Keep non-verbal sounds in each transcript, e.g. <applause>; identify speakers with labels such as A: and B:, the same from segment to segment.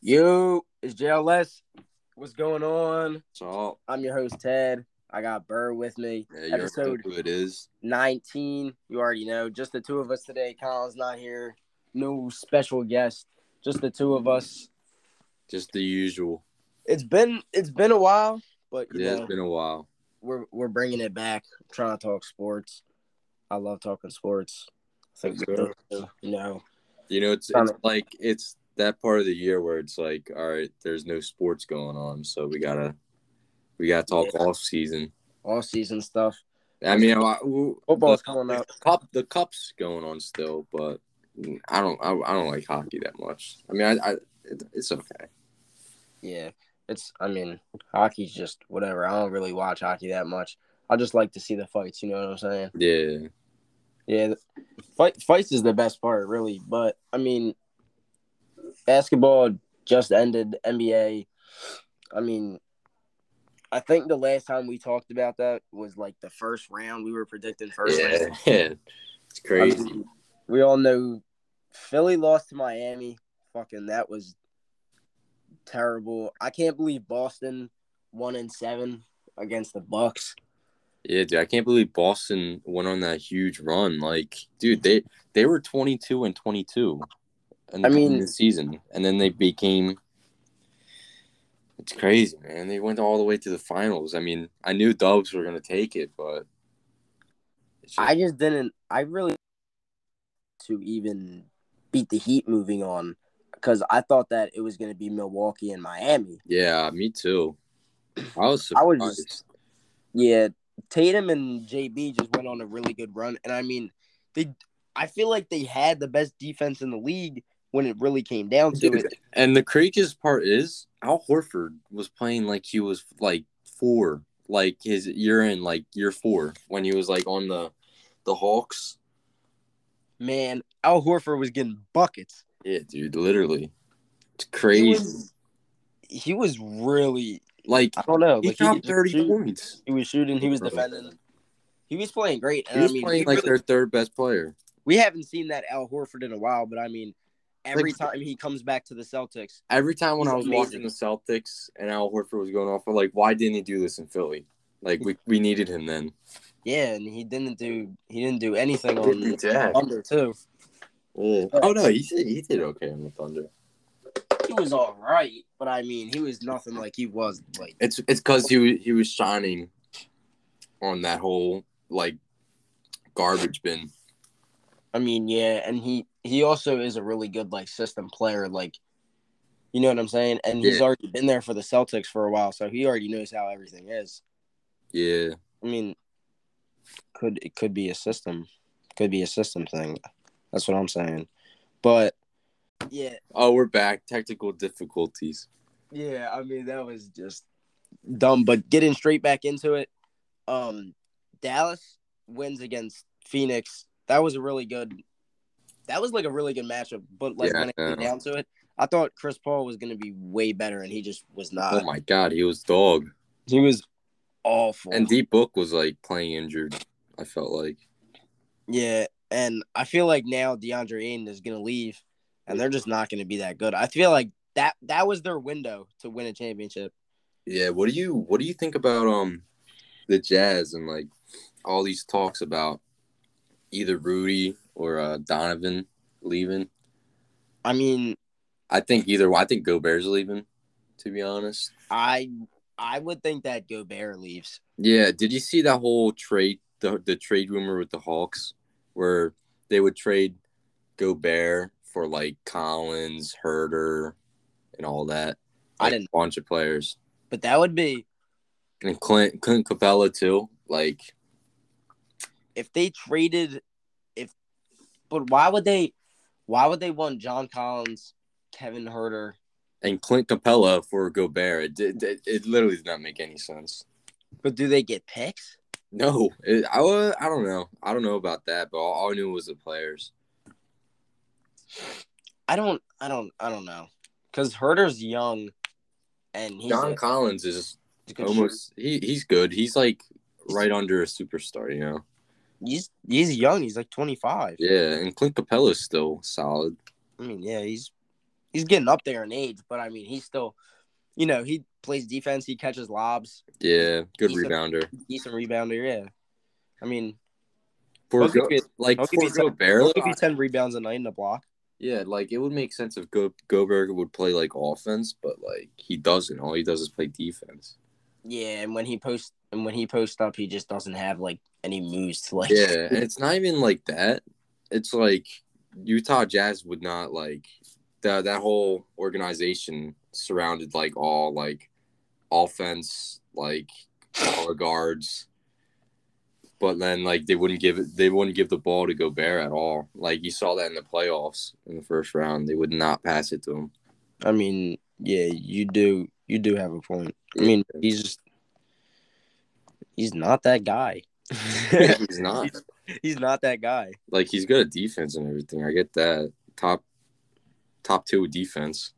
A: Yo, it's JLS. What's going on?
B: It's all.
A: I'm your host, Ted. I got Burr with me.
B: Yeah, you already know
A: Episode-
B: who it is.
A: 19. You already know. Just the two of us today. Colin's not here. No special guest. Just the two of us.
B: Just the usual.
A: It's been it's been a while, but you
B: Yeah,
A: know,
B: it's been a while.
A: we're we're bringing it back. trying to talk sports. I love talking sports. I think we
B: Sure.
A: both do, you know.
B: You know, it's
A: Kinda.
B: it's like it's that part of the year where it's like, all right, there's no sports going on, so we gotta we gotta talk off season.
A: All season stuff.
B: I mean, I, w-
A: Football's
B: the-
A: coming
B: the
A: up.
B: Cup, the cups going on still, but I don't I, I don't like hockey that much. I mean, I, I it, it's okay.
A: Yeah, it's. I mean, hockey's just whatever. I don't really watch hockey that much. I just like to see the fights. You know what I'm saying?
B: Yeah,
A: Yeah, the, fight fights is the best part, really. But I mean, basketball just ended. NBA. I mean, I think the last time we talked about that was like the first round. We were predicting first
B: yeah, <laughs>
A: round.
B: yeah. It's
A: I mean,
B: crazy.
A: we all know Philly lost to Miami. Fucking that was terrible. I can't believe Boston one and seven against the Bucks.
B: Yeah, dude, I can't believe Boston went on that huge run. Like, dude, they they were twenty two and twenty two, and
A: I mean-
B: the season, and then they became. It's crazy, man. They went all the way to the finals. I mean, I knew Dubs were gonna take it, but it's just-
A: I just didn't. I really to even beat the Heat moving on because I thought that it was going to be Milwaukee and Miami.
B: yeah, me too. I was
A: I
B: surprised.
A: was just- Yeah, Tatum and JB just went on a really good run, and I mean, they. I feel like they had the best defense in the league when it really came down to
B: Dude,
A: it.
B: and the craziest part is Al Horford was playing like he was like four, like his year in like year four when he was like on the the Hawks.
A: Man, Al Horford was getting buckets.
B: Yeah, dude, literally. It's
A: He
B: crazy.
A: was, he was really.
B: like
A: I don't know.
B: he
A: like,
B: dropped
A: was
B: 30
A: shooting-
B: points.
A: He was shooting. He was
B: Bro.
A: defending. He was playing great.
B: He
A: And
B: was
A: I mean,
B: playing
A: he
B: like
A: really-
B: their third best player.
A: we haven't seen that Al Horford in a while, but I mean, every time he comes back to the Celtics,
B: Every time when
A: He's
B: I was
A: amazing.
B: watching the Celtics and Al Horford was going off, I'm like, why didn't he do this in Philly? Like we, we needed him then.
A: yeah, and he didn't do he didn't do anything on the
B: Jack.
A: Thunder too.
B: Yeah. Oh no, he did he did okay on the Thunder.
A: He was all right, but I mean, he was nothing like he was like.
B: It's it's because he wa- he was shining on that whole like garbage bin.
A: I mean, yeah, and he he also is a really good like system player, like you know what I'm saying. And he's
B: Yeah.
A: already been there for the Celtics for a while, so he already knows how everything is.
B: Yeah.
A: I mean, could it could be a system, could be a system thing. That's what I'm saying. But yeah,
B: Oh, we're back. Technical difficulties.
A: Yeah, I mean that was just dumb. But getting straight back into it, um, Dallas wins against Phoenix. That was a really good. That was like a really good matchup. But like
B: Yeah,
A: when it
B: I
A: came
B: know.
A: down to it, I thought Chris Paul was gonna be way better, and he just was
B: Oh
A: not.
B: my god, he was dog.
A: He was awful.
B: And Deep Book was like playing injured. I felt like
A: yeah, and I feel like now DeAndre Ayton is gonna leave, and they're just not gonna be that good. I feel like that that was their window to win a championship.
B: yeah. What do you what do you think about um the Jazz and like all these talks about either Rudy or uh, Donovan leaving?
A: I mean,
B: I think either I think Gobert's leaving. To be honest,
A: I I would think that Gobert leaves.
B: yeah. Did you see that whole trade the the trade rumor with the Hawks where they would trade Gobert for like Collins, Herder, and all that?
A: I
B: Like,
A: didn't-
B: a bunch of players.
A: But that would be
B: and Clint Clint Capella too. Like
A: if they traded if but why would they why would they want John Collins, Kevin Herter?
B: and Clint Capella for Gobert. It did- it, it literally does not make any sense.
A: But do they get picks?
B: No, it, I wa- I don't know. I don't know about that, but all, all I knew was the players.
A: I don't I don't I don't know. Cuz Herter's young and he's
B: John
A: a-
B: Collins is
A: he's a good shooter.
B: almost he, he's good. He's like right under a superstar, you know.
A: he's he's young, he's like 25.
B: Yeah, and Clint Capella's still solid.
A: I mean, yeah, he's he's getting up there in age, but I mean, he's still, you know, he plays defense. He catches lobs.
B: Yeah, good
A: He's a-
B: rebounder.
A: Decent rebounder. Yeah. I mean,
B: For
A: I'll give
B: Go-
A: you-
B: like
A: I'll give
B: for
A: you some-
B: Gobert,
A: he'll give you ten rebounds a night in the block.
B: yeah, like it would make sense if Go- Gobert would play like offense, but like he doesn't. All he does is play defense.
A: Yeah, and when he posts and when he posts up, he just doesn't have like any moves to like.
B: Yeah, and it's not even like that. It's like Utah Jazz would not like that. That whole organization surrounded like all like offense, like color guards. But then, like they wouldn't give it, they wouldn't give the ball to Gobert at all. Like you saw that in the playoffs in the first round, they would not pass it to him.
A: I mean, yeah, you do you do have a point. I mean, he's just he's not that guy. <laughs>
B: he's not
A: he's not that guy.
B: like he's good at defense and everything. I get that top top two defense.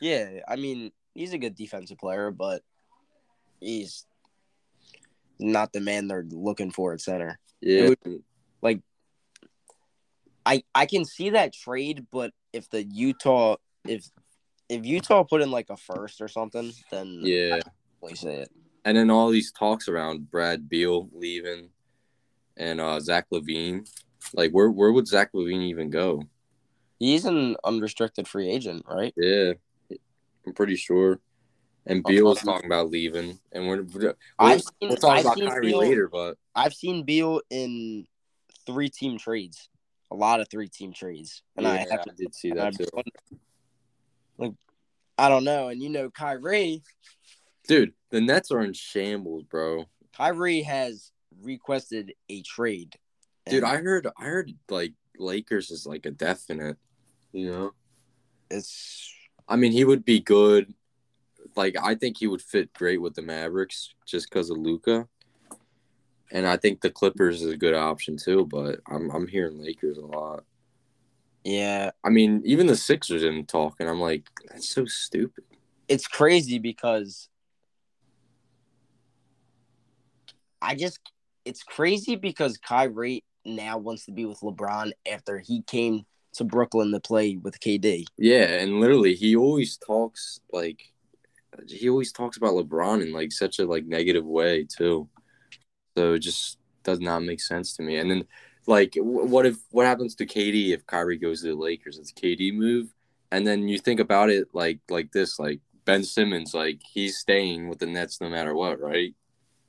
A: Yeah, I mean, he's a good defensive player, but he's not the man they're looking for at center.
B: Yeah,
A: I I can see that trade, but if the Utah if if Utah put in like a first or something, then
B: yeah.
A: I say it.
B: and then all these talks around Brad Beal leaving and uh, Zach Levine. Like, where where would Zach Levine even go?
A: He's an unrestricted free agent, right?
B: Yeah, I'm pretty sure. And
A: Okay.
B: Beal is talking about leaving, and we're, we're,
A: I've seen-
B: we'll talk
A: I've
B: about
A: seen
B: Kyrie
A: Beal-
B: later. But
A: I've seen Beal in three team trades, a lot of three team trades, and
B: yeah,
A: I
B: I,
A: have to.
B: did see
A: and I'm
B: that too,
A: just wondering, like, I don't know, and you know, Kyrie,
B: dude. The Nets are in shambles, bro.
A: Kyrie has requested a trade.
B: Dude,
A: and
B: I heard, I heard like Lakers is like a definite. You know,
A: it's
B: I mean, he would be good. Like, I think he would fit great with the Mavericks just because of Luca. And I think the Clippers is a good option too, but I'm I'm hearing Lakers a lot.
A: yeah,
B: I mean, even the Sixers in talk, and I'm like, that's so stupid.
A: it's crazy because I just it's crazy because Kyrie now wants to be with LeBron after he came to Brooklyn to play with KD.
B: Yeah, and literally, he always talks like he always talks about LeBron in like such a like negative way too. So it just does not make sense to me. And then like, wh- what if what happens to KD if Kyrie goes to the Lakers? It's KD move. And then you think about it like like this, like Ben Simmons, like he's staying with the Nets no matter what, right?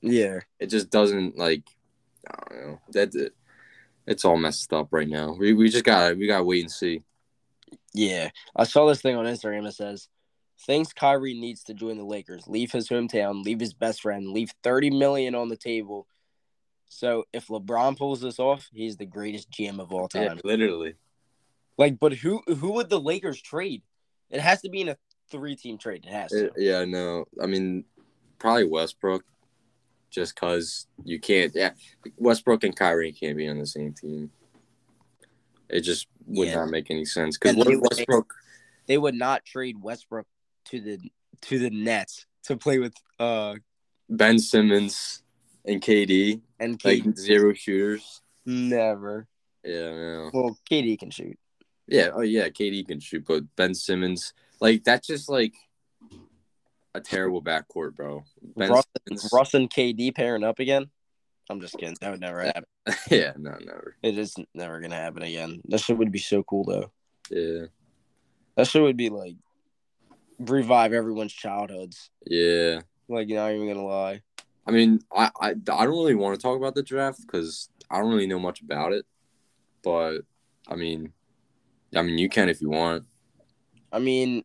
A: Yeah.
B: It just doesn't like I don't know that. It, it's all messed up right now. We, we just gotta we gotta wait and see.
A: Yeah. I saw this thing on Instagram that says, thinks Kyrie needs to join the Lakers, leave his hometown, leave his best friend, leave 30 million on the table. So if LeBron pulls this off, he's the greatest GM of all time.
B: literally.
A: Like, but who who would the Lakers trade? It has to be in a three team trade. It has to.
B: Uh, yeah, no. I mean, probably Westbrook, just because you can't. Yeah, Westbrook and Kyrie can't be on the same team. It just would
A: Yeah.
B: not make any sense. Because
A: And
B: what
A: they
B: if
A: would-
B: Westbrook?
A: They would not trade Westbrook to the to the Nets to play with uh
B: Ben Simmons and KD,
A: and
B: like
A: KD.
B: zero shooters.
A: Never.
B: Yeah, no.
A: Well, KD can shoot.
B: yeah, oh yeah. KD can shoot, but Ben Simmons, like that's just like a terrible backcourt, bro. <laughs> Ben
A: Russ,
B: Simmons,
A: Russ and KD pairing up again. I'm just kidding. That would never happen.
B: yeah, no, never.
A: It is never gonna happen again. That shit would be so cool though.
B: Yeah,
A: That shit would be like revive everyone's childhoods.
B: yeah.
A: Like you're not even gonna lie.
B: I mean, I, I, I don't really want to talk about the draft because I don't really know much about it. But I mean, I mean, you can if you want.
A: I mean,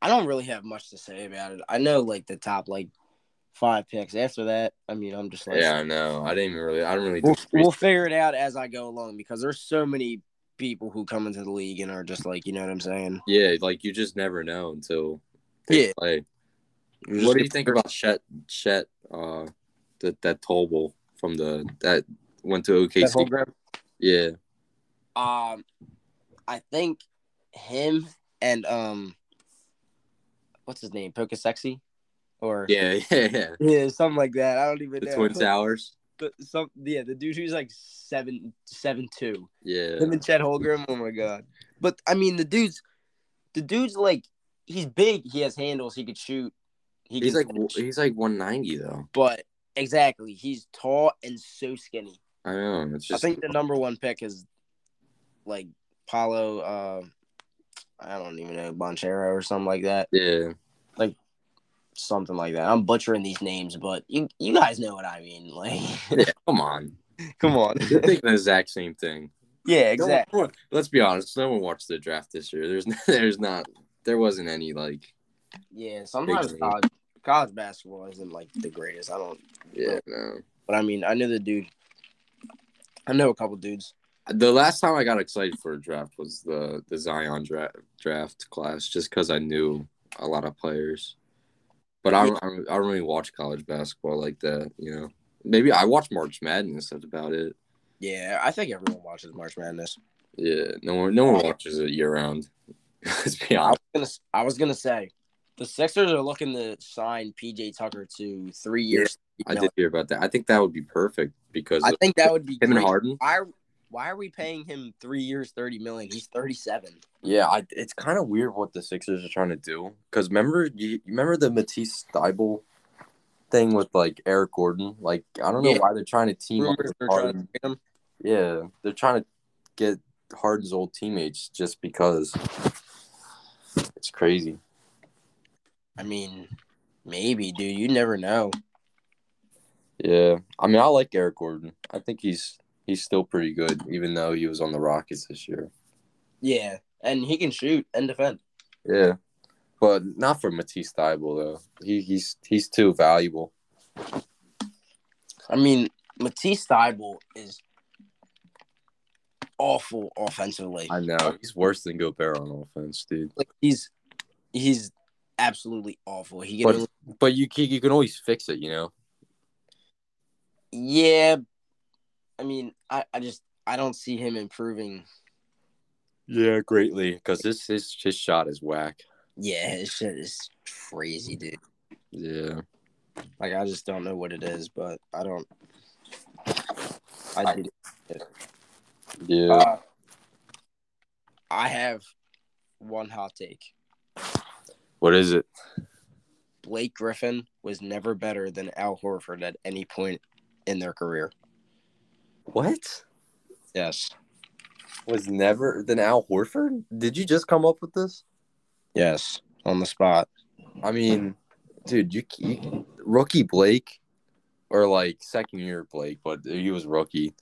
A: I don't really have much to say about it. I know like the top like five picks. After that, I mean, I'm just like,
B: Yeah, I know. I didn't even really. I don't really.
A: we'll,
B: do
A: we'll figure it out as I go along because there's so many people who come into the league and are just like, you know what I'm saying?
B: yeah, like you just never know until. they
A: Yeah.
B: play.
A: You're just
B: What do
A: gonna-
B: you think about Chet? Chet, uh, that that Tolbel from the that went to
A: that whole
B: OKC.
A: group?
B: Yeah,
A: Um, I think him and um, what's his name, Poca Sexy, or
B: yeah, <laughs> yeah, yeah.
A: yeah, something like that. I don't even
B: The
A: know.
B: Twin Towers.
A: The- some yeah, the dude who's like seven seven two.
B: Yeah,
A: Him and Chet Holgram. Oh my god. But I mean, the dude's the dude's like he's big. He has handles. He could shoot. He
B: He's
A: can
B: like
A: finish.
B: he's like 190 though.
A: but exactly, he's tall and so skinny.
B: I know. It's just
A: I think the number one pick is like Paulo. Uh, I don't even know Bonchero or something like that.
B: yeah.
A: Something like that. I'm butchering these names, but you you guys know what I mean. <laughs> Like,
B: yeah. Come on,
A: come on.
B: they're thinking the exact same thing.
A: yeah,
B: No
A: <laughs>
B: one-
A: exactly.
B: no one- let's be honest. No one watched the draft this year. There's <laughs> there's not there wasn't any like
A: Yeah, sometimes
B: Big name.
A: college, college basketball isn't like the greatest. I don't,
B: yeah no.
A: but I mean, I know the dude. I know a couple dudes.
B: The last time I got excited for a draft was the the Zion draft draft class, just because I knew a lot of players. But I don't, I don't I don't really watch college basketball like that, you know. Maybe I watch March Madness. That's about it.
A: Yeah, I think everyone watches March Madness.
B: Yeah, no one no one watches it year round. <laughs> Let's be
A: I was
B: honest.
A: gonna, I was gonna say, the Sixers are looking to sign PJ Tucker to three years.
B: I did hear about that. I think that would be perfect because
A: I
B: of
A: think that would be
B: him and
A: great.
B: Harden.
A: Why? Why are we paying him three years, thirty million? He's thirty-seven.
B: Yeah, I, it's kind of weird what the Sixers are trying to do. Because remember, you, you remember the Matisse Steibel thing with like Eric Gordon. Like I don't know
A: Yeah.
B: why they're trying to team
A: Rumors
B: up with
A: they're trying to
B: Harden.
A: trade him.
B: Yeah, they're trying to get Harden's old teammates just because. It's crazy.
A: I mean, maybe, dude. You never know.
B: Yeah, I mean, I like Eric Gordon. I think he's he's still pretty good, even though he was on the Rockets this year.
A: Yeah, and he can shoot and defend.
B: Yeah, but not for Matisse Steibel though. He he's he's too valuable.
A: I mean, Matisse Thybulle is awful offensively.
B: I know he's worse than Gobert on offense, dude.
A: Like he's he's absolutely awful. He can
B: But-
A: only-
B: But you can, you can always fix it, you know.
A: yeah. I mean, I, I just I don't see him improving.
B: Yeah, greatly because this his his shot is whack.
A: Yeah, his shit is crazy, dude.
B: Yeah,
A: Like I just don't know what it is, but I don't.
B: I-
A: I do.
B: yeah.
A: Uh, I have one hot take.
B: what is it?
A: Blake Griffin was never better than Al Horford at any point in their career.
B: What
A: Yes.
B: was never than Al Horford? Did you just come up with this?
A: Yes. On the spot.
B: I mean, dude, you, you rookie Blake or like second year Blake, but he was rookie.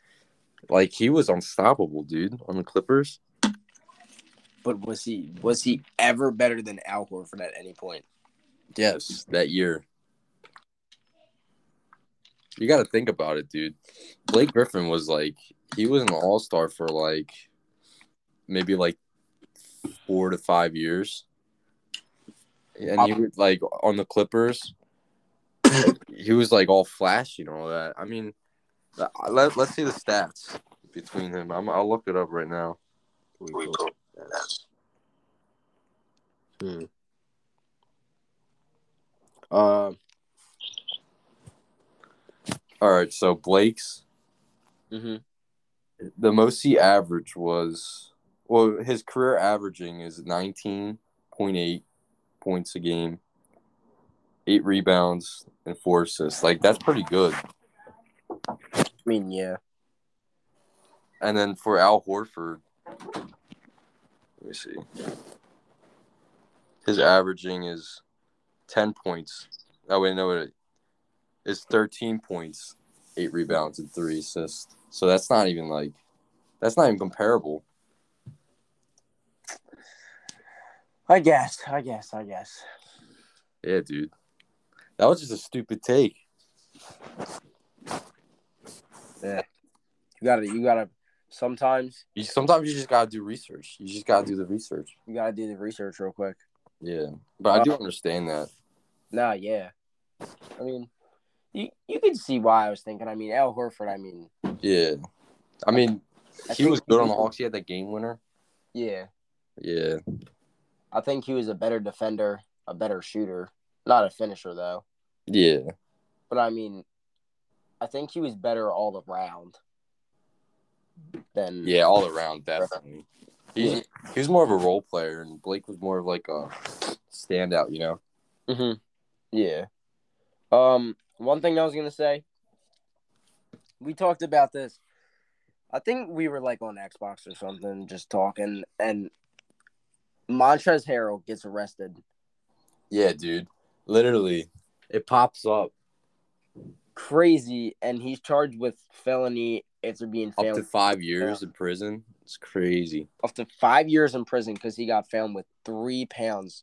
B: Like he was unstoppable, dude, on the Clippers.
A: But was he was he ever better than Al Horford at any point?
B: Yes, that year. You got to think about it, dude. Blake Griffin was like he was an all star for like maybe like four to five years, and he was like on the Clippers. he was like all flashy and all that. I mean, let us see the stats between them. I'm, I'll look it up right now.
A: Hmm. Uh,
B: All right, so Blake's
A: mhm.
B: the most he averaged was well his career averaging is 19.8 points a game eight rebounds and four assists like that's pretty good
A: I mean, yeah.
B: and then for al horford let me see his averaging is 10 points oh wait no it is 13 points eight rebounds and three assists so that's not even like that's not even comparable
A: I guess. I guess. I guess.
B: Yeah, dude. That was just a stupid take.
A: You gotta. You gotta. Sometimes
B: You, sometimes you just gotta do research. You just gotta do the research.
A: you gotta do the research real quick.
B: Yeah, but I do understand that.
A: Nah, yeah. I mean, you you can see why I was thinking. I mean, Al Horford. I mean,
B: Yeah, I mean,
A: I
B: he
A: think-
B: was good on the Hawks. He had that game winner.
A: yeah.
B: Yeah,
A: I think he was a better defender, a better shooter, not a finisher though.
B: yeah,
A: But I mean, I think he was better all around than
B: yeah. All around, definitely. He,
A: Yeah.
B: he was more of a role player, and Blake was more of like a standout. You know,
A: hmm Yeah. Um, one thing I was gonna say, we talked about this. I think we were like on Xbox or something, just talking, and Montrez Harrell gets arrested.
B: yeah, dude. Literally, it pops up
A: Crazy, and he's charged with felony after being
B: up
A: found
B: to five years in prison. It's crazy.
A: up to five years in prison because he got found with three pounds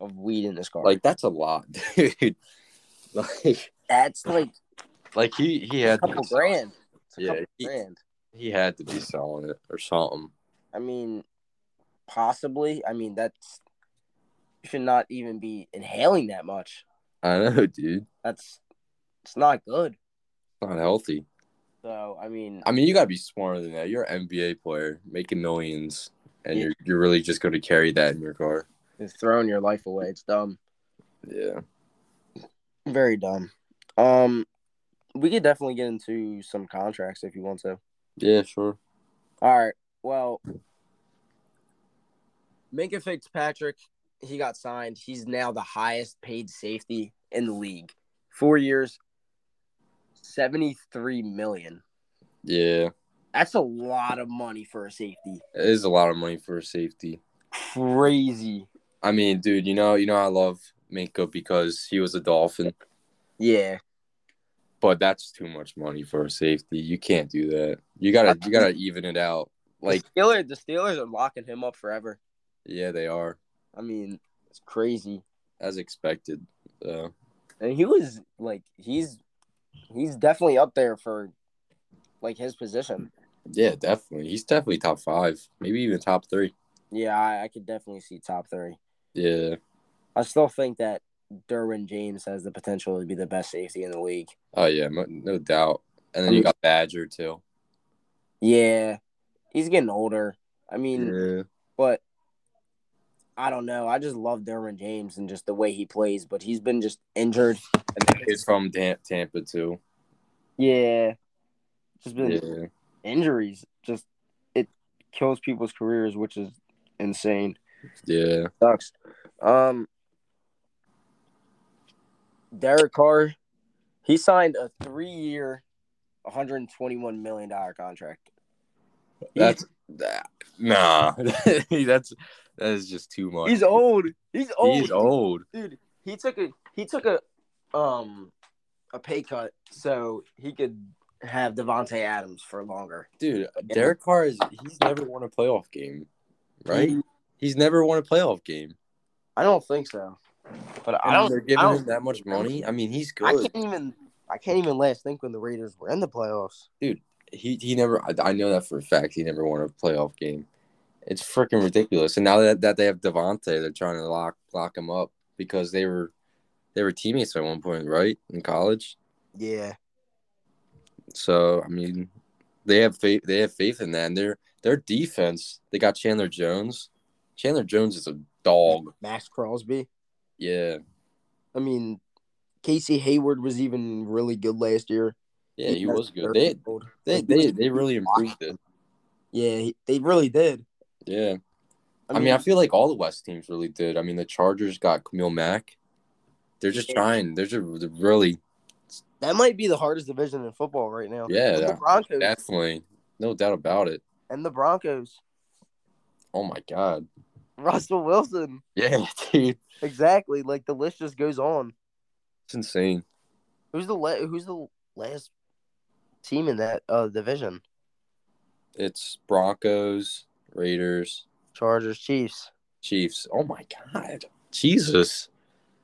A: of weed in his car.
B: Like that's a lot, <laughs> dude. Like,
A: that's like
B: like he he had
A: a couple grand. It's a
B: Yeah,
A: couple
B: he-
A: grand.
B: he had to be selling it or something.
A: I mean, possibly. I mean, that's you should not even be inhaling that much.
B: I know, <laughs> dude.
A: That's it's not good.
B: Not healthy.
A: So I mean,
B: I mean, you gotta be smarter than that. You're an NBA player making millions, and
A: Yeah.
B: you're you're really just gonna carry that in your car.
A: it's throwing your life away. It's dumb.
B: Yeah.
A: Very dumb. Um, we could definitely get into some contracts if you want to.
B: Yeah. Sure.
A: All right. Well, Minka Fitzpatrick, he got signed. He's now the highest paid safety in the league. Four years, seventy-three million.
B: Yeah.
A: That's a lot of money for a safety.
B: It is a lot of money for a safety.
A: Crazy.
B: I mean, dude, you know, you know, I love Minka because he was a Dolphin,
A: Yeah.
B: but that's too much money for a safety. You can't do that. You gotta, you gotta even it out. Like,
A: the Steelers, the Steelers are locking him up forever.
B: yeah, they are
A: I mean, it's crazy.
B: as expected. Uh,
A: And he was like, he's he's definitely up there for like his position.
B: yeah, definitely. He's definitely top five, maybe even top three.
A: Yeah, I, I could definitely see top three.
B: Yeah,
A: I still think that Derwin James has the potential to be the best safety in the league.
B: Oh yeah, mo- no doubt. And then you got Badger too.
A: Yeah, he's getting older. I mean,
B: Yeah.
A: but I don't know. I just love Derwin James and just the way he plays, but he's been just injured.
B: And then he's from Tam- Tampa too.
A: Yeah, just been
B: Yeah.
A: injuries. Just it kills people's careers, which is insane.
B: Yeah.
A: Sucks. Um, Derek Carr, he signed a three-year, one hundred twenty-one million dollar contract.
B: That's that, nah. <laughs> That's that is just too much.
A: He's old. He's old.
B: He's old.
A: Dude, he took a he took a um a pay cut so he could have Devonte Adams for longer.
B: Dude, Derek Carr is he's never won a playoff game. Right? He's never won a playoff game.
A: I don't think so. But I
B: And
A: don't,
B: they're
A: I,
B: giving
A: don't
B: him that much money. I mean, he's
A: I
B: good.
A: can't even I can't even last think when the Raiders were in the playoffs.
B: He he never I, I know that for a fact. He never won a playoff game. It's freaking ridiculous. And now that, that they have Devontae, they're trying to lock lock him up because they were they were teammates at one point, right? In college.
A: Yeah.
B: So I mean, they have faith. They have faith in that. And their their defense. They got Chandler Jones. Chandler Jones is a dog.
A: Max Crosby.
B: Yeah,
A: I mean, Casey Hayward was even really good last year.
B: yeah, he was good. They
A: Derek
B: they they, they really improved it.
A: Yeah, he, they really did.
B: Yeah, I mean, I feel like all the West teams really did. I mean, the Chargers got Camille Mack. They're just
A: Yeah.
B: trying. They're just they're really
A: that might be the hardest division in football right now.
B: Yeah,
A: And the
B: yeah.
A: Broncos
B: definitely no doubt about it.
A: and the Broncos. <laughs>
B: Oh my god. <laughs>
A: Russell Wilson.
B: Yeah, dude,
A: Exactly. Like the list just goes on.
B: it's insane.
A: Who's the la- who's the last team in that uh, division?
B: It's Broncos, Raiders,
A: Chargers, Chiefs. <laughs>
B: Chiefs. Oh my god. Jesus.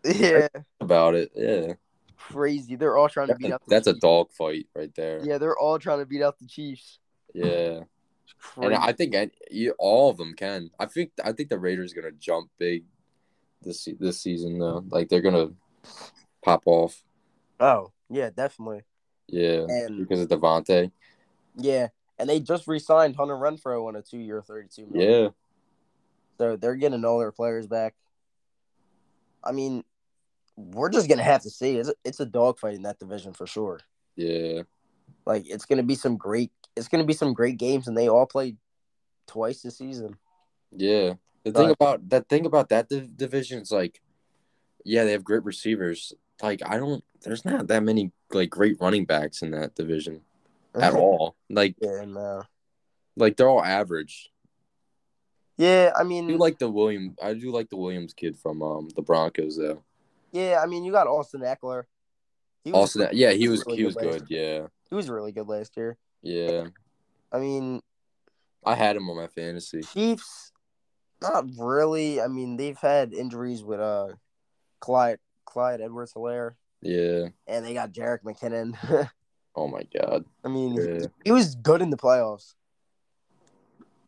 A: Yeah,
B: About it. Yeah.
A: crazy. They're all trying to
B: That's
A: beat
B: a,
A: up. The
B: that's a
A: Chiefs.
B: dog fight right there. Yeah.
A: Yeah, they're all trying to beat out the Chiefs. It's
B: And
A: crazy.
B: I think I, you, all of them can. I think I think the Raiders going to jump big this se- this season though. Like they're going to pop off.
A: oh, yeah, definitely.
B: Yeah.
A: And
B: Because of Devontae.
A: yeah, and they just re-signed Hunter Renfro on a two-year, thirty-two million.
B: Yeah.
A: So they're getting all their players back. I mean, we're just gonna have to see. It's it's a dogfight in that division for sure.
B: Yeah.
A: Like it's gonna be some great. It's gonna be some great games, and they all play twice this season.
B: Yeah. The thing about that thing about that div- division is like, yeah, they have great receivers. Like I don't, there's not that many like great running backs in that division
A: <laughs>
B: at all. Like
A: Yeah, no.
B: like they're all average.
A: Yeah, I
B: I
A: mean,
B: do like the William. I do like the Williams kid from um the Broncos though.
A: yeah, I mean, you got Austin Eckler. He was
B: Also, that E-, yeah, he was
A: really
B: he was
A: last
B: good. Yeah,
A: year. He was really good last year.
B: yeah.
A: I mean,
B: I had him on my fantasy.
A: Chiefs, not really. I mean, they've had injuries with uh, Clyde Clyde Edwards Hilaire,
B: Yeah.
A: and they got Jarek McKinnon. <laughs>
B: Oh my god.
A: I mean, he-
B: Yeah.
A: he was good in the playoffs.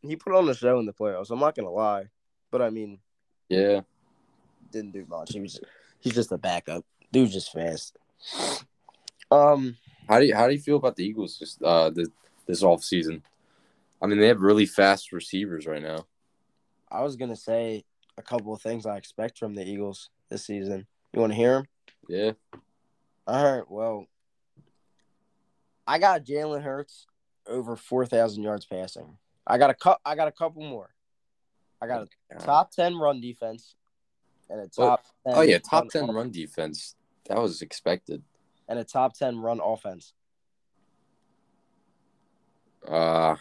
A: He put on a show in the playoffs. I'm not gonna lie, but I mean,
B: Yeah.
A: didn't do much. He was he's just a backup. Dude's just fast. Um,
B: How do you how do you feel about the Eagles just uh this this off season? I mean, they have really fast receivers right now.
A: I was gonna say a couple of things I expect from the Eagles this season. You want to hear them?
B: Yeah.
A: All right. Well, I got Jalen Hurts over four thousand yards passing. I got a cu- I got a couple more. I got a top ten run defense and a top.
B: Oh yeah, top
A: run
B: ten
A: off-
B: run defense. That was expected.
A: and a top ten run offense.
B: Uh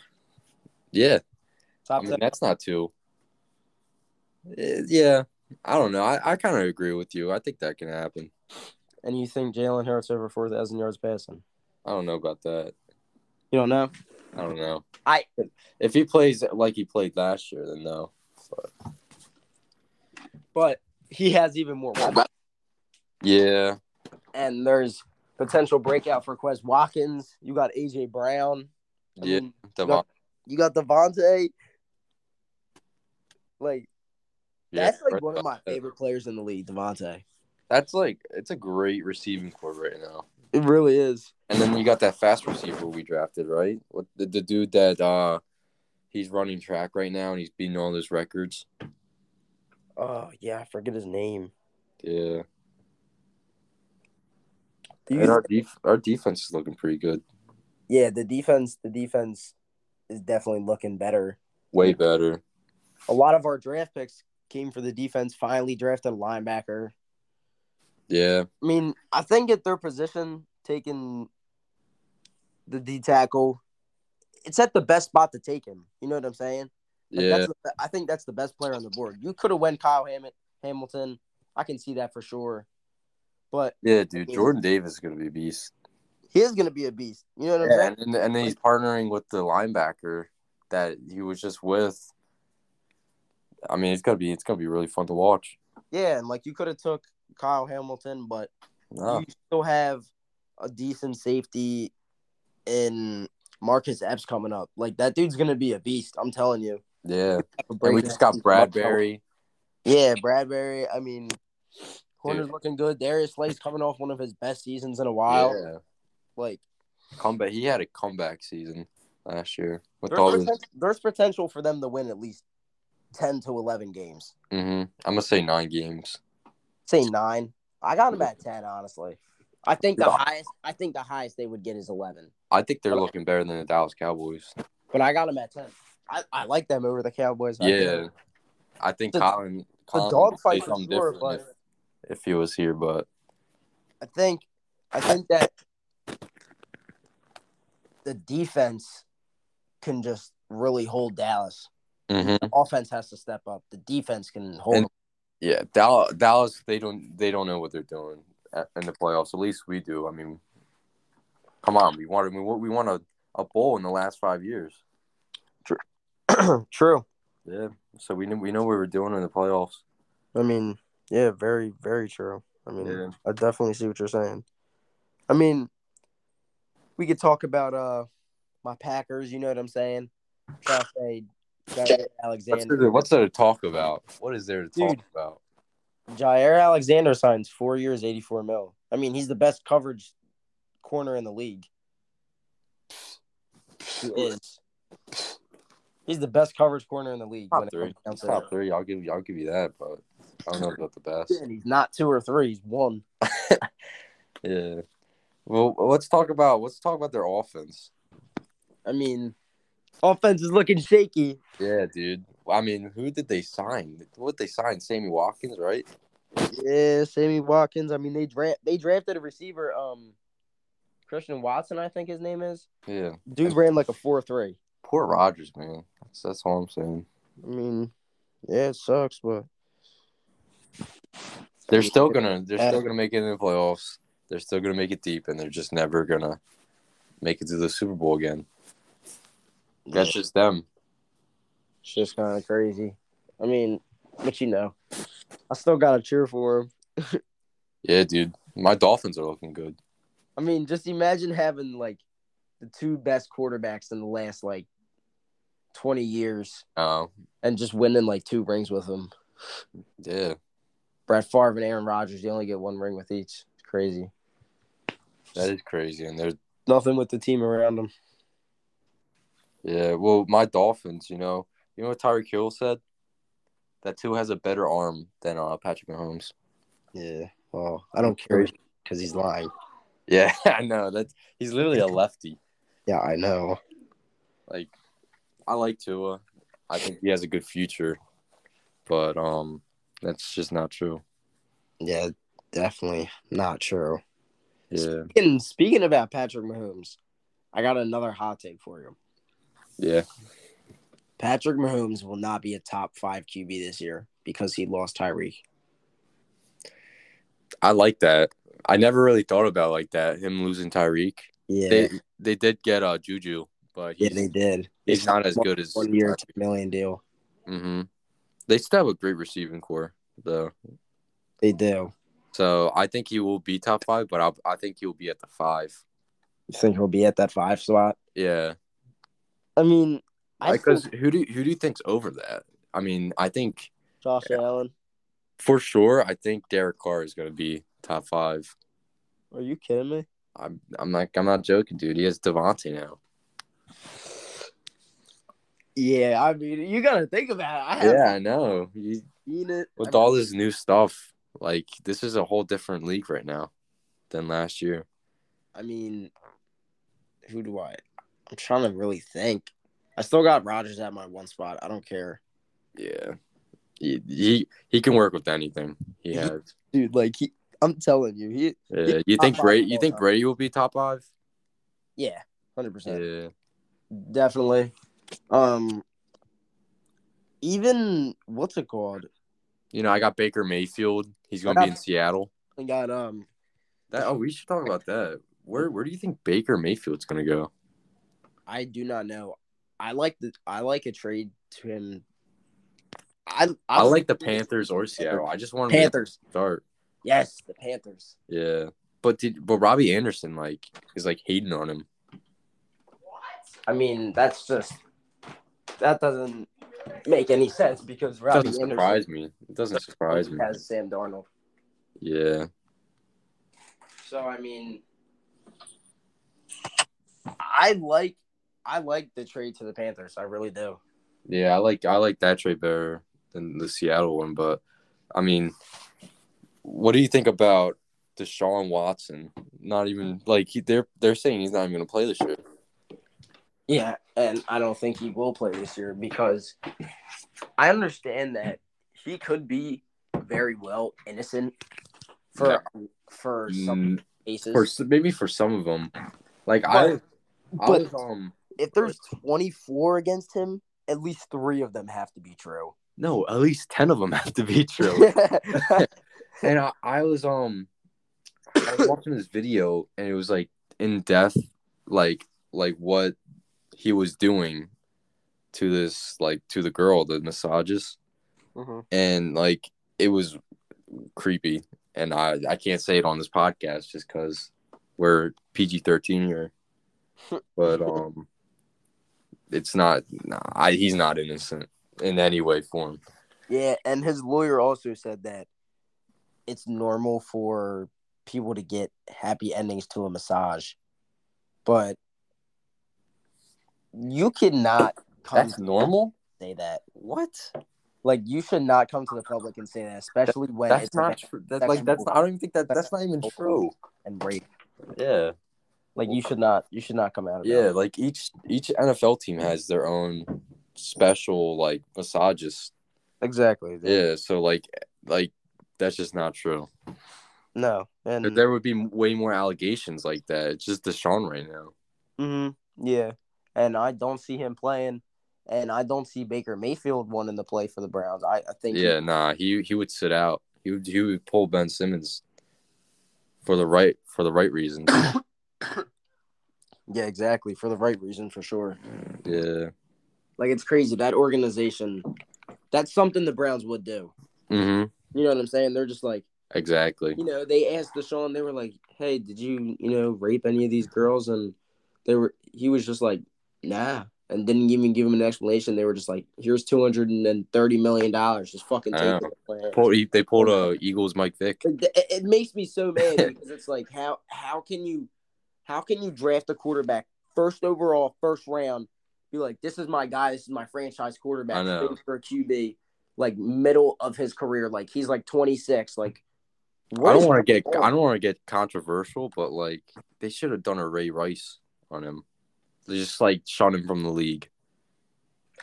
B: yeah. I
A: Top
B: mean,
A: ten.
B: that's not too. Eh, yeah, I don't know. I, I kind of agree with you. I think that can happen.
A: And you think Jalen Hurts over four thousand yards passing?
B: I don't know about that.
A: You don't know?
B: I don't know.
A: I-
B: if he plays like he played last year, then no.
A: but he has even more weapons.
B: Yeah,
A: And there's potential breakout for Quez Watkins. You got AJ Brown. I
B: yeah.
A: mean,
B: Devon-
A: you got Devontae. Like
B: yeah,
A: that's like
B: right
A: one of my
B: about that.
A: favorite players in the league, Devontae.
B: That's like it's a great receiving core right now.
A: It really is.
B: And then you got that fast receiver we drafted, right? What the, the dude that uh he's running track right now and he's beating all those records.
A: Oh yeah, I forget his name.
B: Yeah.
A: Do you-
B: and our def- our defense is looking pretty good.
A: yeah, the defense. The defense is definitely looking better.
B: Way better.
A: A lot of our draft picks came for the defense. Finally drafted a linebacker.
B: Yeah.
A: I mean, I think at their position, taking the D tackle, it's at the best spot to take him. You know what I'm saying? Like,
B: yeah.
A: That's the, I think that's the best player on the board. You could have went Kyle Ham- Hamilton. I can see that for sure. But
B: Yeah, dude.
A: Yeah.
B: Jordan Davis is gonna be a beast.
A: he is going to be a beast. You know what I'm saying?
B: And and, and then he's partnering with the linebacker that he was just with. I mean, it's gonna be it's gonna be really fun to watch.
A: Yeah, and like you could have took Kyle Hamilton, but
B: Nah.
A: you still have a decent safety in Marcus Epps coming up. Like that dude's going to be a beast. I'm telling you.
B: Yeah. And we just got Bradbury.
A: Yeah, Bradbury. I mean, corner's looking good. Darius Slay's coming off one of his best seasons in a while.
B: Yeah.
A: Like
B: Comeback. He had a comeback season last year with
A: there's,
B: all
A: poten- there's potential for them to win at least ten to eleven games.
B: Mm-hmm. I'm gonna say nine games.
A: Say nine. I got them at ten, honestly. I think the
B: Yeah.
A: highest. I think the highest they would get is eleven,
B: I think they're looking better than the Dallas Cowboys.
A: but I got them at ten. I, I like them over the Cowboys. I think.
B: Yeah, I think
A: The-
B: Colin.
A: the
B: Colin
A: dog
B: would say
A: fight for
B: something
A: sure,
B: different
A: but
B: if, if he was here, but
A: I think I think that the defense can just really hold Dallas.
B: Mhm.
A: offense has to step up. The defense can hold.
B: And-
A: them.
B: yeah, Dallas, Dallas. They don't. They don't know what they're doing at, in the playoffs. At least we do. I mean, come on. We want. We want. We want a, a bowl in the last five years.
A: True.
B: Yeah. So we know. We know what we're doing in the playoffs.
A: I mean, yeah, very, very true. I mean,
B: Yeah.
A: I definitely see what you're saying. I mean, we could talk about uh my Packers. You know what I'm saying? Trafay, Jair
B: What's
A: Alexander.
B: there, what's there to talk about? What is there to talk
A: Dude.
B: about?
A: Jair Alexander signs four years, 84 mil. I mean, he's the best coverage corner in the league. He is. He's the best coverage corner in the league. when
B: Top
A: it
B: three.
A: comes down to
B: Top
A: it.
B: three. I'll give. you. I'll give you that, but I don't know about the best.
A: And he's not two or three. He's one.
B: Yeah. Well, let's talk about let's talk about their offense.
A: I mean, offense is looking shaky.
B: Yeah, dude. I mean, who did they sign? What they sign? Sammy Watkins, right?
A: Yeah, Sammy Watkins. I mean, they draft they drafted a receiver, um, Christian Watson, I think his name is.
B: Yeah.
A: Dude ran like a four three.
B: Poor Rogers, man. That's that's all I'm saying.
A: I mean, yeah, it sucks, but
B: They're still gonna they're still gonna make it in the playoffs. They're still gonna make it deep, and they're just never gonna make it to the Super Bowl again. That's
A: yeah,
B: just them.
A: it's just kind of crazy. I mean, but you know, I still gotta cheer for him.
B: Yeah, dude. My Dolphins are looking good.
A: I mean, just imagine having like the two best quarterbacks in the last like twenty years,
B: Oh,
A: and just winning like two rings with them.
B: yeah.
A: Brett Favre and Aaron Rodgers, you only get one ring with each. It's crazy.
B: That is crazy, and they're
A: Nothing with the team around them.
B: Yeah, well, my Dolphins, you know, you know what Tyreek Hill said? That Tua has a better arm than uh, Patrick Mahomes. <laughs>
A: Yeah. Well, I don't care because he's lying.
B: Yeah, I know. That's he's literally a lefty.
A: Yeah, I know.
B: Like, I like Tua. I think he has a good future, but um, that's just not true.
A: Yeah, definitely not true.
B: Yeah,
A: And speaking about Patrick Mahomes, I got another hot take for you.
B: yeah.
A: Patrick Mahomes will not be a top five QB this year because he lost Tyreek.
B: I like that. I never really thought about it like that. Him losing Tyreek.
A: Yeah,
B: They they did get uh Juju, but
A: yeah,
B: he's,
A: they did.
B: he's not as good as
A: one year, ten million deal.
B: Mm-hmm. They still have a great receiving core though.
A: They do.
B: So I think he will be top five, but I'll, I think he'll be at the five.
A: You think he'll be at that five slot?
B: Yeah,
A: I mean, I
B: because
A: think
B: who do who do you think's over that? I mean, I think
A: Josh Allen.
B: for sure, I think Derek Carr is going to be top five.
A: Are you kidding me?
B: I'm I'm like I'm not joking, dude. He has Devontae now.
A: Yeah, I mean, you gotta think about it. I haven't
B: Yeah, I know. He,
A: seen it. I
B: with
A: mean,
B: all this new stuff, like this is a whole different league right now than last year.
A: I mean, who do I? I'm trying to really think. I still got Rogers at my one spot. I don't care,
B: Yeah, he he, he can work with anything. He
A: Yeah.
B: has.
A: dude. Like he, I'm telling you, he.
B: Yeah, you
A: top
B: think
A: five
B: Brady?
A: of
B: You
A: all
B: think
A: time.
B: Brady will be top five?
A: Yeah, hundred percent,
B: Yeah.
A: definitely. Um, even what's it called?
B: You know, I got Baker Mayfield.
A: I
B: He's going to be
A: got-
B: in Seattle.
A: I got um.
B: That oh, we should talk about that. Where where do you think Baker Mayfield's going to go?
A: I do not know. I like the. I like a trade to him. I
B: I like the Panthers or Seattle. I just want him to
A: Panthers.
B: start.
A: Yes, the Panthers.
B: Yeah, but did but Robbie Anderson like is like hating on him.
A: I mean, that's just that doesn't make any sense because
B: It
A: Robbie
B: doesn't
A: Anderson
B: surprise me. It doesn't surprise me.
A: has Sam Darnold.
B: Yeah,
A: So I mean, I like I like the trade to the Panthers. I really do.
B: yeah. I like I like that trade better than the Seattle one. But I mean, what do you think about Deshaun Watson? Not even like he, they're they're saying he's not even going to play this year.
A: Yeah, and I don't think he will play this year because I understand that he could be very well innocent for for some
B: Mm,
A: cases.
B: for s- maybe for some of them. Like I, I
A: but-
B: was, um,
A: if there's 24 against him, at least three of them have to be true.
B: no, at least ten of them <laughs> have to
A: <laughs>
B: be true.
A: yeah,
B: and I, I was um, I was watching this video, and it was like in depth, like like what he was doing to this like to the girl, the massages,
A: Mm-hmm.
B: and like it was creepy. And I I can't say it on this podcast just because we're PG thirteen here, <laughs> but um, it's not. Nah, I, he's not innocent in any way form.
A: and his lawyer also said that it's normal for people to get happy endings to a massage, but you cannot come
B: That's normal.
A: and say that.
B: What?
A: Like you should not come to the public and say that, especially when
B: That's
A: it's
B: not
A: not
B: true. That, like that's. Not, I don't even think that. That's not even true.
A: and rape.
B: Yeah.
A: Like you should not, you should not come out of
B: Yeah.
A: That.
B: Like each each NFL team has their own special like massagist.
A: Exactly. dude.
B: Yeah, so like like that's just not true.
A: No. And
B: There would be way more allegations like that. It's just Deshaun right now.
A: mhm, yeah. And I don't see him playing. And I don't see Baker Mayfield wanting to play for the Browns. I, I think he-
B: Yeah, nah, he he would sit out. He would he would pull Ben Simmons for the right for the right <coughs> reasons.
A: yeah, exactly. For the right reason for sure.
B: yeah.
A: Like it's crazy. That organization that's something the Browns would do.
B: Mm-hmm.
A: You know what I'm saying? They're just like
B: Exactly.
A: you know, they asked Deshaun, they were like, Hey, did you, you know, rape any of these girls? And they were he was just like, Nah. And didn't even give him an explanation. They were just like, Here's two hundred and thirty million dollars. Just fucking
B: I
A: take
B: know.
A: it.
B: Pull, he, they pulled a Eagles Mike Vick.
A: Like, th- It, it makes me so
B: <laughs>
A: mad because it's like how how can you how can you draft a quarterback first overall, first round, be like, this is my guy, this is my franchise quarterback,
B: I know.
A: trade for a QB, like middle of his career, like he's like twenty six, like
B: I don't want to get I don't want to get controversial, but like they should have done a Ray Rice on him. They just like shot him from the league.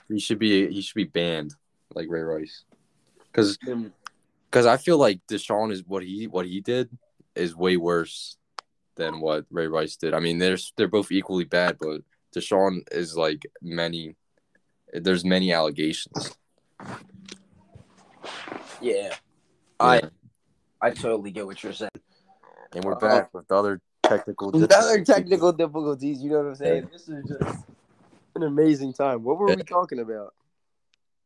B: He should be he should be banned like Ray Rice. Cuz
A: don't
B: Because I feel like Deshaun is what he what he did is way worse than what Ray Rice did. I mean, they're they're both equally bad, but Deshaun is like many. There's many allegations.
A: Yeah. I
B: Yeah.
A: I totally get what you're saying.
B: and we're back with other technical.
A: <laughs> Another technical difficulties, you know what I'm saying? This is just an amazing time. What were we talking about?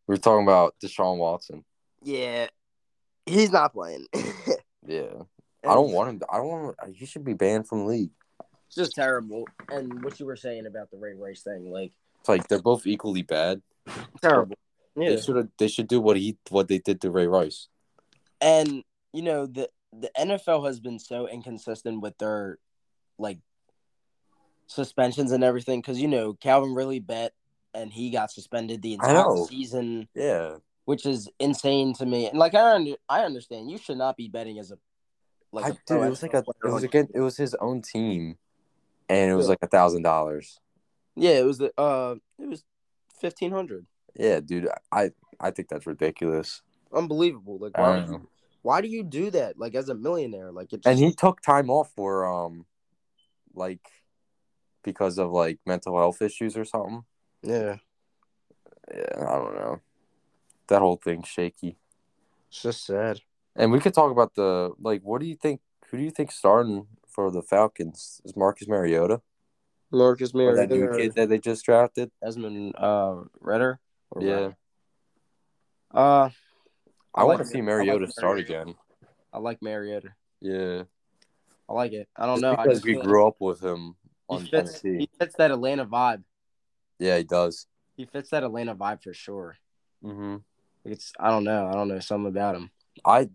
B: We're talking about Deshaun Watson.
A: Yeah. He's not playing. <laughs>
B: Yeah, I don't want him. I don't want. He should be banned from the league.
A: It's just terrible. And what you were saying about the Ray Rice thing, like
B: It's like they're both equally bad.
A: terrible.
B: They should they should do what he what they did to Ray Rice.
A: And you know the the NFL has been so inconsistent with their like suspensions and everything because you know Calvin really bet and he got suspended the
B: I
A: entire
B: know.
A: season,
B: Yeah,
A: which is insane to me. And like I under, I understand you should not be betting as a like
B: I,
A: a
B: dude,
A: pro
B: it was like a
A: NFL
B: it
A: player,
B: was
A: like-
B: again it was his own team, and it was
A: Yeah.
B: like a thousand dollars.
A: yeah it was the uh it was fifteen hundred
B: Yeah, dude, I I think that's ridiculous.
A: unbelievable like
B: I
A: why
B: don't
A: would you-
B: know.
A: why do you do that like as a millionaire like it just,
B: And he took time off for um, like, because of like mental health issues or something.
A: yeah
B: Yeah, I don't know. That whole thing shaky.
A: It's just sad.
B: And we could talk about the like. What do you think? Who do you think starting for the Falcons is Marcus Mariota
A: Marcus
B: or
A: Mariota,
B: that new kid that they just drafted?
A: Esmond uh, Redder. Or
B: Yeah,
A: Redder? Uh,
B: I,
A: I
B: want
A: like
B: to see
A: him. I like
B: Mariota start
A: Mariota.
B: again.
A: I like Mariota.
B: Yeah,
A: I like it. I don't
B: Just
A: know. I
B: because
A: just
B: we
A: feel like
B: grew up with him on
A: he fits,
B: Tennessee.
A: he fits that Atlanta vibe.
B: Yeah, he does.
A: He fits that Atlanta vibe for sure.
B: Mm-hmm.
A: It's I don't know. I don't know something about him.
B: I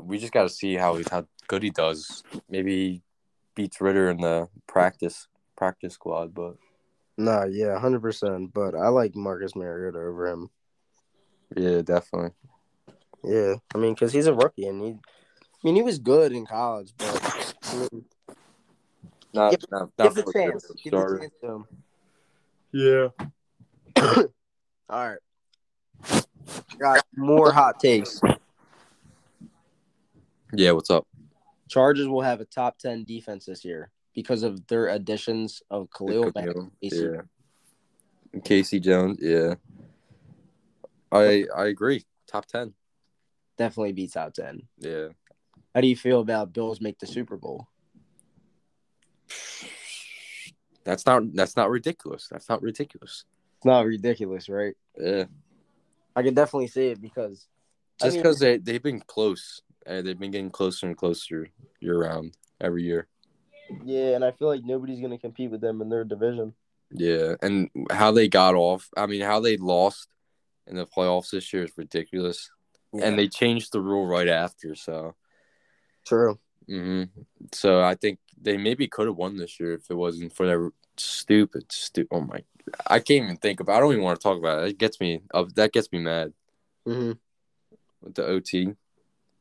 B: we just got to see how he, how good he does. Maybe he beats Ritter in the practice practice squad, but
A: No, yeah, hundred percent. But I like Marcus Mariota over him.
B: yeah, definitely.
A: Yeah, I mean, because he's a rookie and he, I mean, he was good in college, but I mean,
B: Not
A: Give-
B: not,
A: give
B: not
A: the
B: for
A: chance.
B: the
A: Give the
B: starter.
A: chance to him.
B: Yeah.
A: All right. Got more hot takes.
B: Yeah. What's up?
A: Chargers will have a top ten defense this year because of their additions of Khalil Mack. AC.
B: Yeah. Casey Jones. Yeah. I I agree. Top ten.
A: Definitely be top ten.
B: Yeah.
A: How do you feel about Bills make the Super Bowl?
B: That's not that's not ridiculous. That's not ridiculous.
A: It's not ridiculous, right?
B: Yeah.
A: I can definitely see it because I
B: Just
A: mean-
B: because they they've been close. Uh, they've been getting closer and closer year round every year.
A: yeah, and I feel like nobody's gonna compete with them in their division.
B: Yeah, and how they got off. I mean, how they lost in the playoffs this year is ridiculous. And they changed the rule right after, so
A: true.
B: hmm so I think they maybe could have won this year if it wasn't for their stupid, stupid. Oh my, I can't even think about. I don't even want to talk about it. It gets me up. That gets me mad
A: hmm
B: with the OT.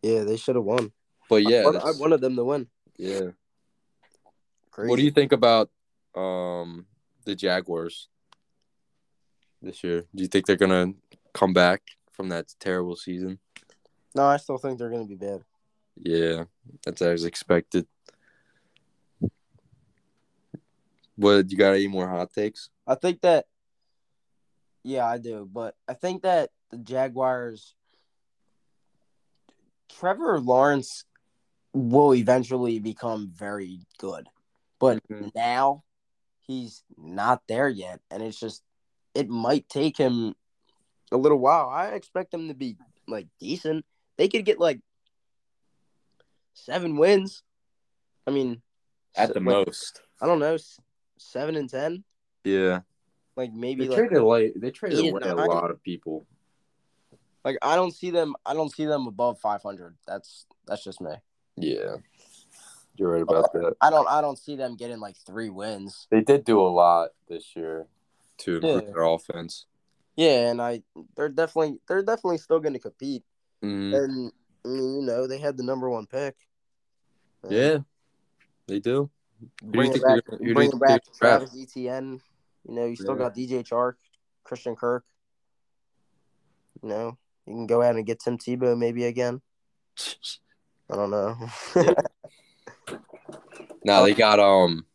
A: Yeah, they should have won.
B: But yeah,
A: I, want- I
B: that's-
A: wanted them to win.
B: yeah.
A: Crazy.
B: What do you think about um the Jaguars? this year. Do you think they're gonna come back from that terrible season?
A: No, I still think they're going to be bad.
B: Yeah, that's as expected. What you got? Any more hot takes?
A: I think that, yeah, I do. But I think that the Jaguars, Trevor Lawrence will eventually become very good. But
B: Mhm.
A: now he's not there yet. And it's just, it might take him a little while. I expect him to be like decent. They could get like seven wins. I mean,
B: At the
A: se-
B: most.
A: I don't know, s- seven and ten,
B: Yeah.
A: like maybe
B: They
A: like
B: traded away. They traded
A: Eight and
B: away a
A: nine.
B: lot of people.
A: like I don't see them. I don't see them above five hundred. That's that's just me.
B: Yeah, you're right about that.
A: I don't I don't see them getting like three wins.
B: Uh, They did do a lot this year to improve
A: Yeah.
B: their offense.
A: Yeah, and I they're definitely they're definitely still going to compete.
B: Mhm.
A: And I mean, you know they had the number one pick. And
B: Yeah, they do. Who do you
A: bringing
B: think
A: back,
B: they're gonna- who do you
A: bringing
B: think
A: back
B: they're gonna draft?
A: Travis Etienne. You know you still
B: Yeah.
A: got DJ Chark, Christian Kirk. You know you can go out and get Tim Tebow maybe again. I don't know.
B: No, they got um,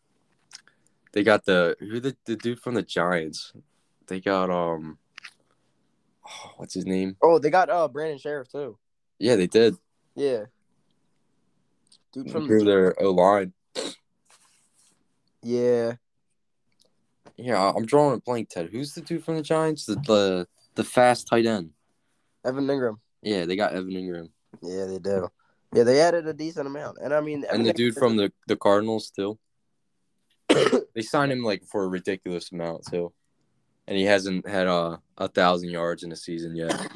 B: they got the who the, the dude from the Giants. They got um, oh, what's his name?
A: <laughs> Oh, they got uh Brandon Sheriff too.
B: Yeah, they did
A: Yeah. Dude from
B: improve their O line.
A: Yeah.
B: Yeah, I- I'm drawing a blank. Ted, who's the dude from the Giants? The the the fast tight end.
A: Evan Ingram.
B: Yeah, they got Evan Ingram
A: Yeah, they do. Yeah, they added a decent amount. And I mean Evan
B: and the dude
A: Ingram-
B: from the the
A: <coughs>
B: Cardinals too. they signed him like for a ridiculous amount too, and he hasn't had uh, a thousand yards in a season yet.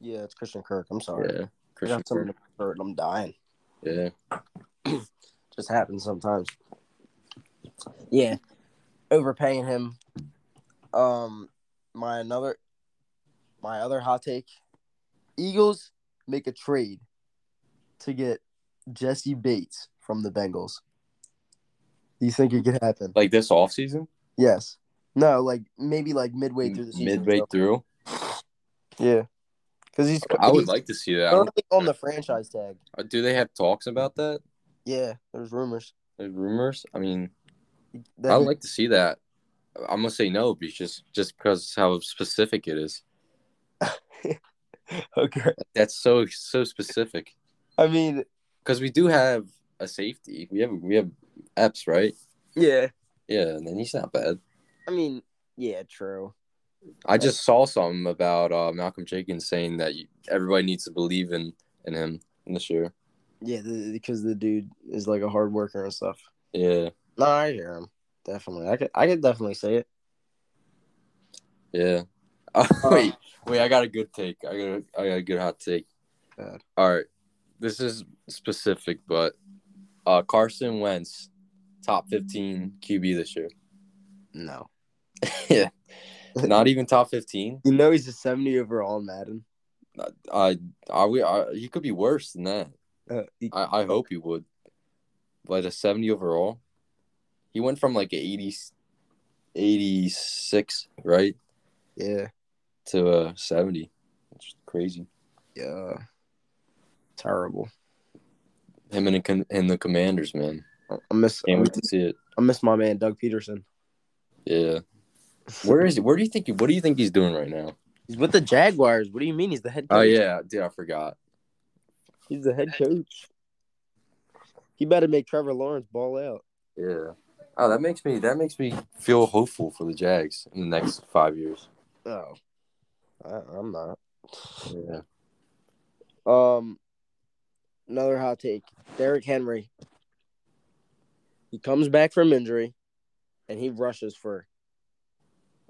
A: Yeah, it's Christian Kirk. I'm sorry.
B: Yeah,
A: I
B: Christian.
A: got something
B: Kirk.
A: to hurt. I'm dying.
B: Yeah.
A: Just happens sometimes. Yeah. Overpaying him. Um my another my other hot take. Eagles make a trade to get Jesse Bates from the Bengals. Do you think it could happen?
B: Like this off season.
A: Yes. No, like maybe like midway through the season.
B: midway
A: so-
B: through.
A: Yeah. Because he's
B: I would
A: he's
B: like to see that. I
A: currently on the franchise tag.
B: don't- Do they have talks about that?
A: Yeah, there's rumors.
B: There's rumors. I mean,
A: that-
B: I would like to see that. I'm gonna say no, because just just because how specific it is.
A: <laughs> okay.
B: That's so so specific.
A: I mean,
B: Because we do have a safety. We have we have Epps, right?
A: yeah.
B: Yeah, and then he's not bad.
A: I mean, yeah, true.
B: I just saw something about uh, Malcolm Jenkins saying that you, everybody needs to believe in in him this year.
A: Yeah, the, because the dude is like a hard worker and stuff.
B: Yeah,
A: No, I hear him. Definitely. I could I could definitely say it.
B: yeah. <laughs> wait, wait. I got a good take. I got a, I got a good hot take.
A: God.
B: All right, this is specific, but uh, Carson Wentz, top fifteen QB this year.
A: No.
B: yeah, not even top fifteen.
A: You know he's a 70 overall in Madden.
B: I, I, we, I, he could be worse than that.
A: Uh, he-
B: I, I hope he would. But a 70 overall, he went from like a 80, 86, right,
A: yeah.
B: to a 70. It's crazy.
A: Yeah. Terrible.
B: Him and the, com- and the Commanders, man.
A: I I miss
B: Can't wait to see it.
A: I miss my man Doug Peterson.
B: Yeah. Where is it? Where do you think? he- What do you think he's doing right now?
A: He's with the Jaguars. What do you mean he's the head coach?
B: Oh yeah, dude, I forgot.
A: He's the head coach. He better make Trevor Lawrence ball out.
B: Yeah. Oh, that makes me. That makes me feel hopeful for the Jags in the next five years.
A: Oh. I, I'm not.
B: Yeah.
A: Um another hot take. Derrick Henry. He comes back from injury and he rushes for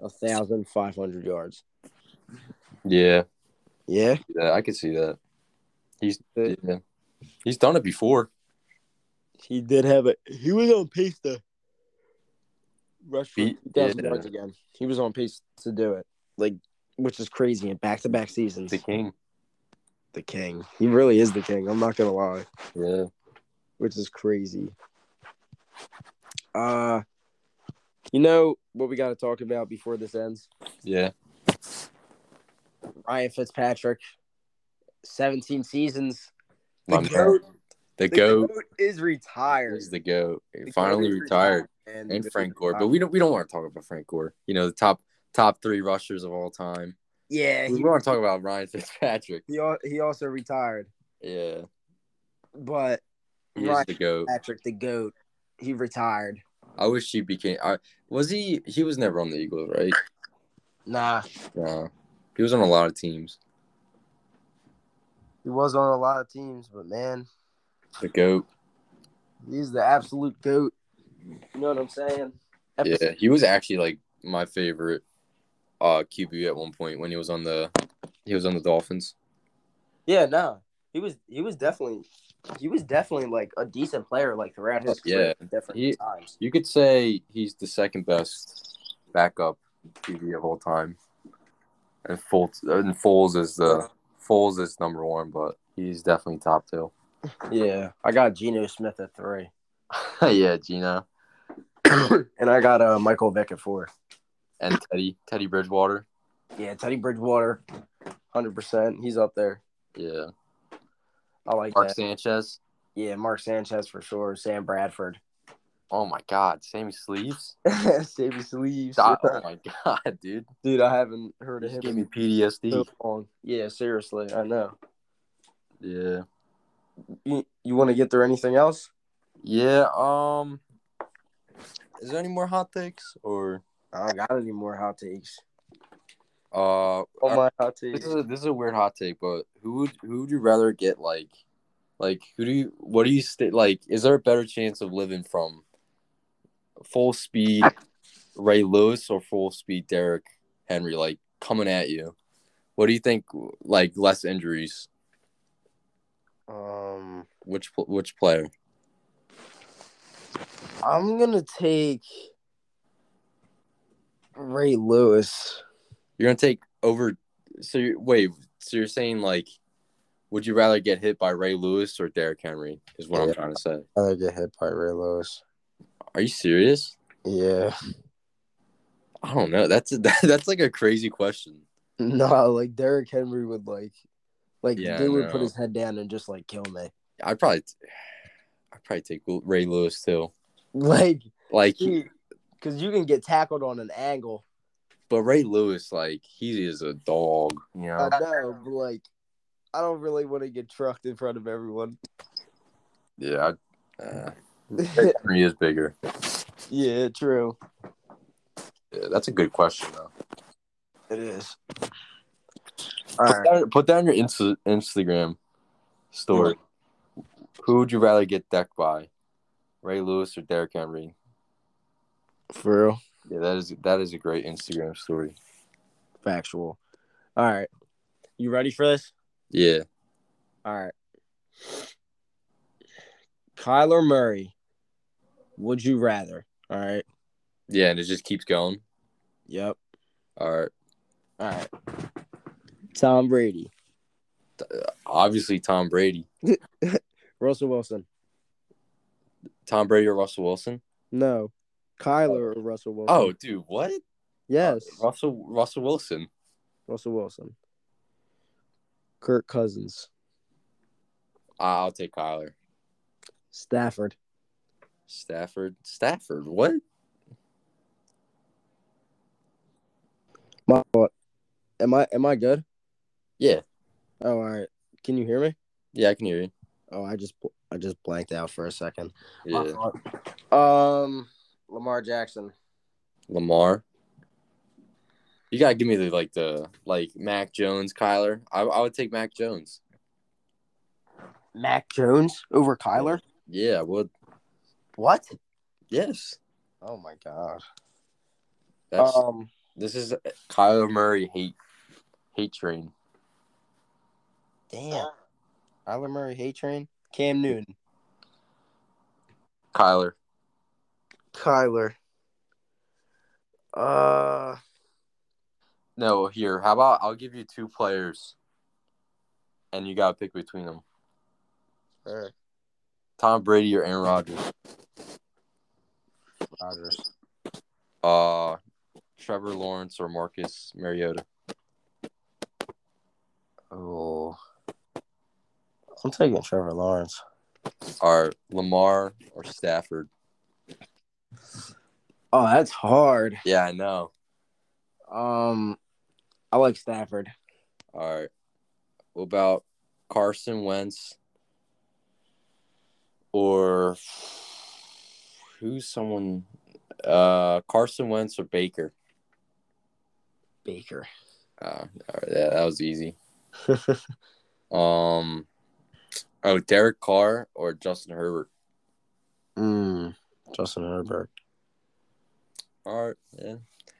A: a thousand five hundred yards.
B: Yeah.
A: Yeah.
B: Yeah. I could see that. He's yeah. He's done it before.
A: He did have it. He was on pace to rush for
B: Beat-
A: two thousand
B: yeah.
A: yards again. He was on pace to do it. Like which is crazy in back to back seasons.
B: The king.
A: the king. He really is the king. I'm not gonna lie,
B: Yeah.
A: which is crazy. Uh, you know what we got to talk about before this ends?
B: Yeah.
A: Ryan Fitzpatrick, 17 seasons.
B: My man. The, goat,
A: is retired.
B: is the goat.
A: The
B: Finally
A: GOAT is
B: retired,
A: man.
B: and
A: The
B: Frank
A: GOAT is
B: Gore. But
A: retired.
B: we don't we don't want to talk about Frank Gore. You know the top top three rushers of all time.
A: yeah,
B: We <laughs>
A: he,
B: want to talk about Ryan Fitzpatrick.
A: he, al- he also retired,
B: Yeah,
A: but
B: he's
A: Ryan
B: the goat.
A: Patrick the goat, he retired.
B: I wish he became. I, was he? He was never on the Eagles, right?
A: Nah,
B: No, he was on a lot of teams.
A: he was on a lot of teams, but man,
B: The goat.
A: he's the absolute goat. You know what I'm saying?
B: Yeah, he was actually like my favorite uh QB at one point when he was on the he was on the Dolphins.
A: Yeah, no. He was he was definitely he was definitely like a decent player like throughout his career at different
B: He-
A: times.
B: You could say he's the second best backup QB of all time, and Foles and Foles is the Foles is number one, but he's definitely top two.
A: Yeah. I got Geno Smith at three.
B: <laughs> yeah, Gina
A: and I got uh Michael Vick at four.
B: and Teddy Teddy Bridgewater.
A: Yeah, Teddy Bridgewater, hundred percent. He's up there.
B: Yeah,
A: I like
B: Mark
A: that.
B: Sanchez.
A: Yeah, Mark Sanchez for sure. Sam Bradford. <laughs>
B: Oh my God, Sammy Sleeves.
A: Savvy Sleeves.
B: Oh my God, <laughs> dude,
A: Dude, I haven't heard of
B: just
A: him in
B: gave me PTSD.
A: so long. Yeah, seriously. I know.
B: Yeah.
A: You, you want to get through anything else?
B: Yeah. Um. Is there any more hot takes or
A: I don't got any more hot takes.
B: uh?
A: All my hot
B: This
A: takes.
B: is a, this is a weird hot take, but who would who would you rather get? Like, like who do you? What do you stay? Like, is there a better chance of living from full speed Ray Lewis or full speed Derek Henry? Like coming at you. What do you think? Like less injuries.
A: Um
B: Which pl- which player?
A: I'm gonna take Ray Lewis.
B: You're gonna take over. So you wait. So you're saying like, would you rather get hit by Ray Lewis or Derrick Henry? Is what I'm
A: Yeah.
B: trying to say.
A: I get hit by Ray Lewis.
B: Are you serious?
A: Yeah. <laughs>
B: I don't know. That's <laughs> a, that's like a crazy question.
A: No, like Derrick Henry would like like
B: Yeah,
A: dude would
B: no.
A: put his head down and just like kill me. <laughs>
B: I'd probably, I'd probably take Ray Lewis too.
A: Like
B: Like,
A: because you can get tackled on an angle.
B: but Ray Lewis, like he is a dog. You know.
A: I know, but like I don't really want to get trucked in front of everyone. <laughs>
B: Yeah. I, uh, Derrick Henry is bigger.
A: yeah, true.
B: Yeah, that's a good question though.
A: It is.
B: Put,
A: Alright.
B: that, put that in your Insta, Instagram story. Who would you rather get decked by, Ray Lewis or Derrick Henry?
A: For real.
B: Yeah, that is that is a great Instagram story.
A: Factual. All right. You ready for this?
B: Yeah.
A: All right. Kyler Murray, would you rather? All right.
B: Yeah, and it just keeps going.
A: Yep.
B: All right.
A: All right. Tom Brady,
B: Obviously, Tom Brady.
A: Russell Wilson.
B: Tom Brady or Russell Wilson?
A: No. Kyler or Russell Wilson?
B: Oh, dude, what?
A: yes.
B: Russell Russell Wilson.
A: Russell Wilson. Kirk Cousins,
B: I- I'll take Kyler.
A: Stafford.
B: Stafford. Stafford. What?
A: My fault. Am I am I good?
B: Yeah.
A: Oh, all right. Can you hear me?
B: Yeah, I can hear you.
A: Oh, I just I just blanked out for a second. My
B: Yeah.
A: fault. Um, Lamar Jackson.
B: Lamar. You gotta give me the like the like Mac Jones, Kyler. I, I would take Mac Jones.
A: Mac Jones over Kyler?
B: Yeah, I would.
A: What?
B: Yes.
A: Oh my god.
B: That's
A: Um,
B: this is Kyler Murray hate hate train.
A: damn. Kyler Murray, Hay Train, Cam Newton,
B: Kyler.
A: Kyler. Uh,
B: No, here. How about I'll give you two players, and you gotta pick between them:
A: Rogers.
B: Tom Brady or Aaron Rodgers. Uh, Trevor Lawrence or Marcus Mariota.
A: Oh. I'm taking Trevor Lawrence.
B: Are Lamar or Stafford?
A: Oh, that's hard.
B: Yeah, I know.
A: Um, I like Stafford.
B: All right. What about Carson Wentz or who's someone? Uh, Carson Wentz or Baker?
A: Baker.
B: Uh, all right, yeah, that was easy. um, oh, Derek Carr or Justin Herbert?
A: Mm, Justin Herbert.
B: All right, yeah.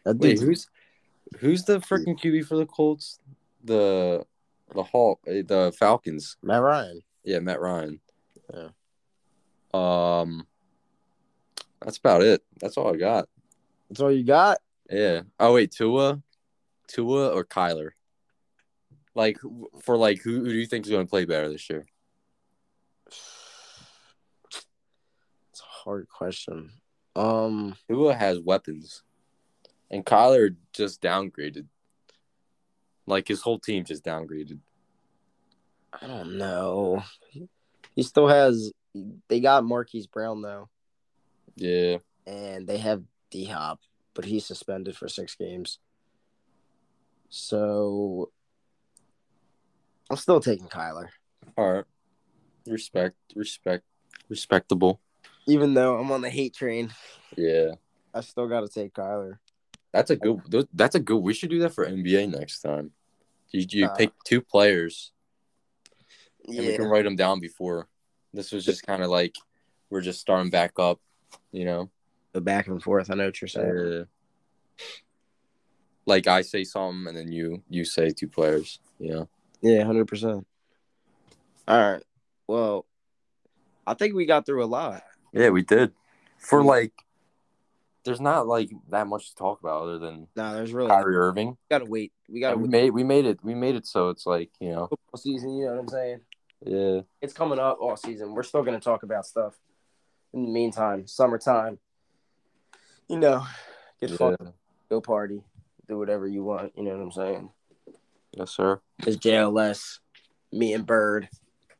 A: That
B: Wait,
A: dude's
B: who's who's the freaking QB for the Colts? The the Hawk, eh, the Falcons.
A: Matt Ryan.
B: Yeah, Matt Ryan.
A: Yeah.
B: Um, that's about it. That's all I got.
A: That's all you got?
B: Yeah. Oh wait, Tua, Tua or Kyler? Like wh- for like, who, who do you think is going to play better this year?
A: It's a hard question. Um,
B: Tua has weapons, and Kyler just downgraded. Like his whole team just downgraded.
A: I don't know. He still has. They got Marquise Brown though,
B: Yeah.
A: and they have D Hop, but he's suspended for six games. So, I'm still taking Kyler,
B: All right. Respect. Respect. Respectable.
A: even though I'm on the hate train.
B: Yeah.
A: I still got to take Kyler.
B: That's a good. tho- That's a good. We should do that for NBA next time. You, you
A: Uh,
B: pick two players and we
A: Yeah,
B: can write them down before. This was just kind of like we're just starting back up, you know.
A: the back and forth. I know what you're saying.
B: Uh, like I say something and then you you say two players. You know.
A: Yeah, hundred percent. All right. Well, I think we got through a lot.
B: Yeah, we did. For
A: Yeah.
B: like, there's not like that much to talk about other than
A: No, there's really
B: Kyrie Irving.
A: gotta wait. We gotta
B: And we
A: wait
B: made we made it we made it so it's like you know
A: football season. You know what I'm saying?
B: yeah
A: It's coming up all season. We're still gonna talk about stuff. In the meantime, summertime. You know, get
B: yeah.
A: fun, go party, do whatever you want. You know what I'm saying?
B: yes sir
A: It's JLS, me and Bird.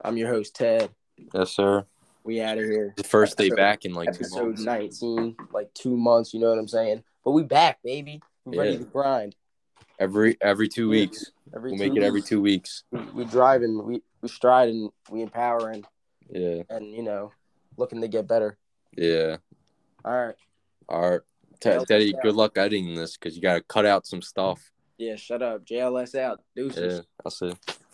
A: I'm your host Ted.
B: yes sir
A: We out of here.
B: the first day
A: Episode-
B: back in like two
A: episode
B: months.
A: 19, like two months. You know what I'm saying? But we back, baby. We ready
B: Yeah.
A: to grind.
B: Every every two
A: Yeah.
B: weeks.
A: Every
B: We'll
A: two
B: make it every two weeks.
A: weeks, we driving, we we striding, we empowering,
B: Yeah.
A: and you know, looking to get better.
B: Yeah.
A: All right.
B: All right.
A: Yeah.
B: Te- Teddy, good luck editing this because you gotta cut out some stuff.
A: Yeah, shut up. JLS out. Deuces.
B: Yeah. I'll see.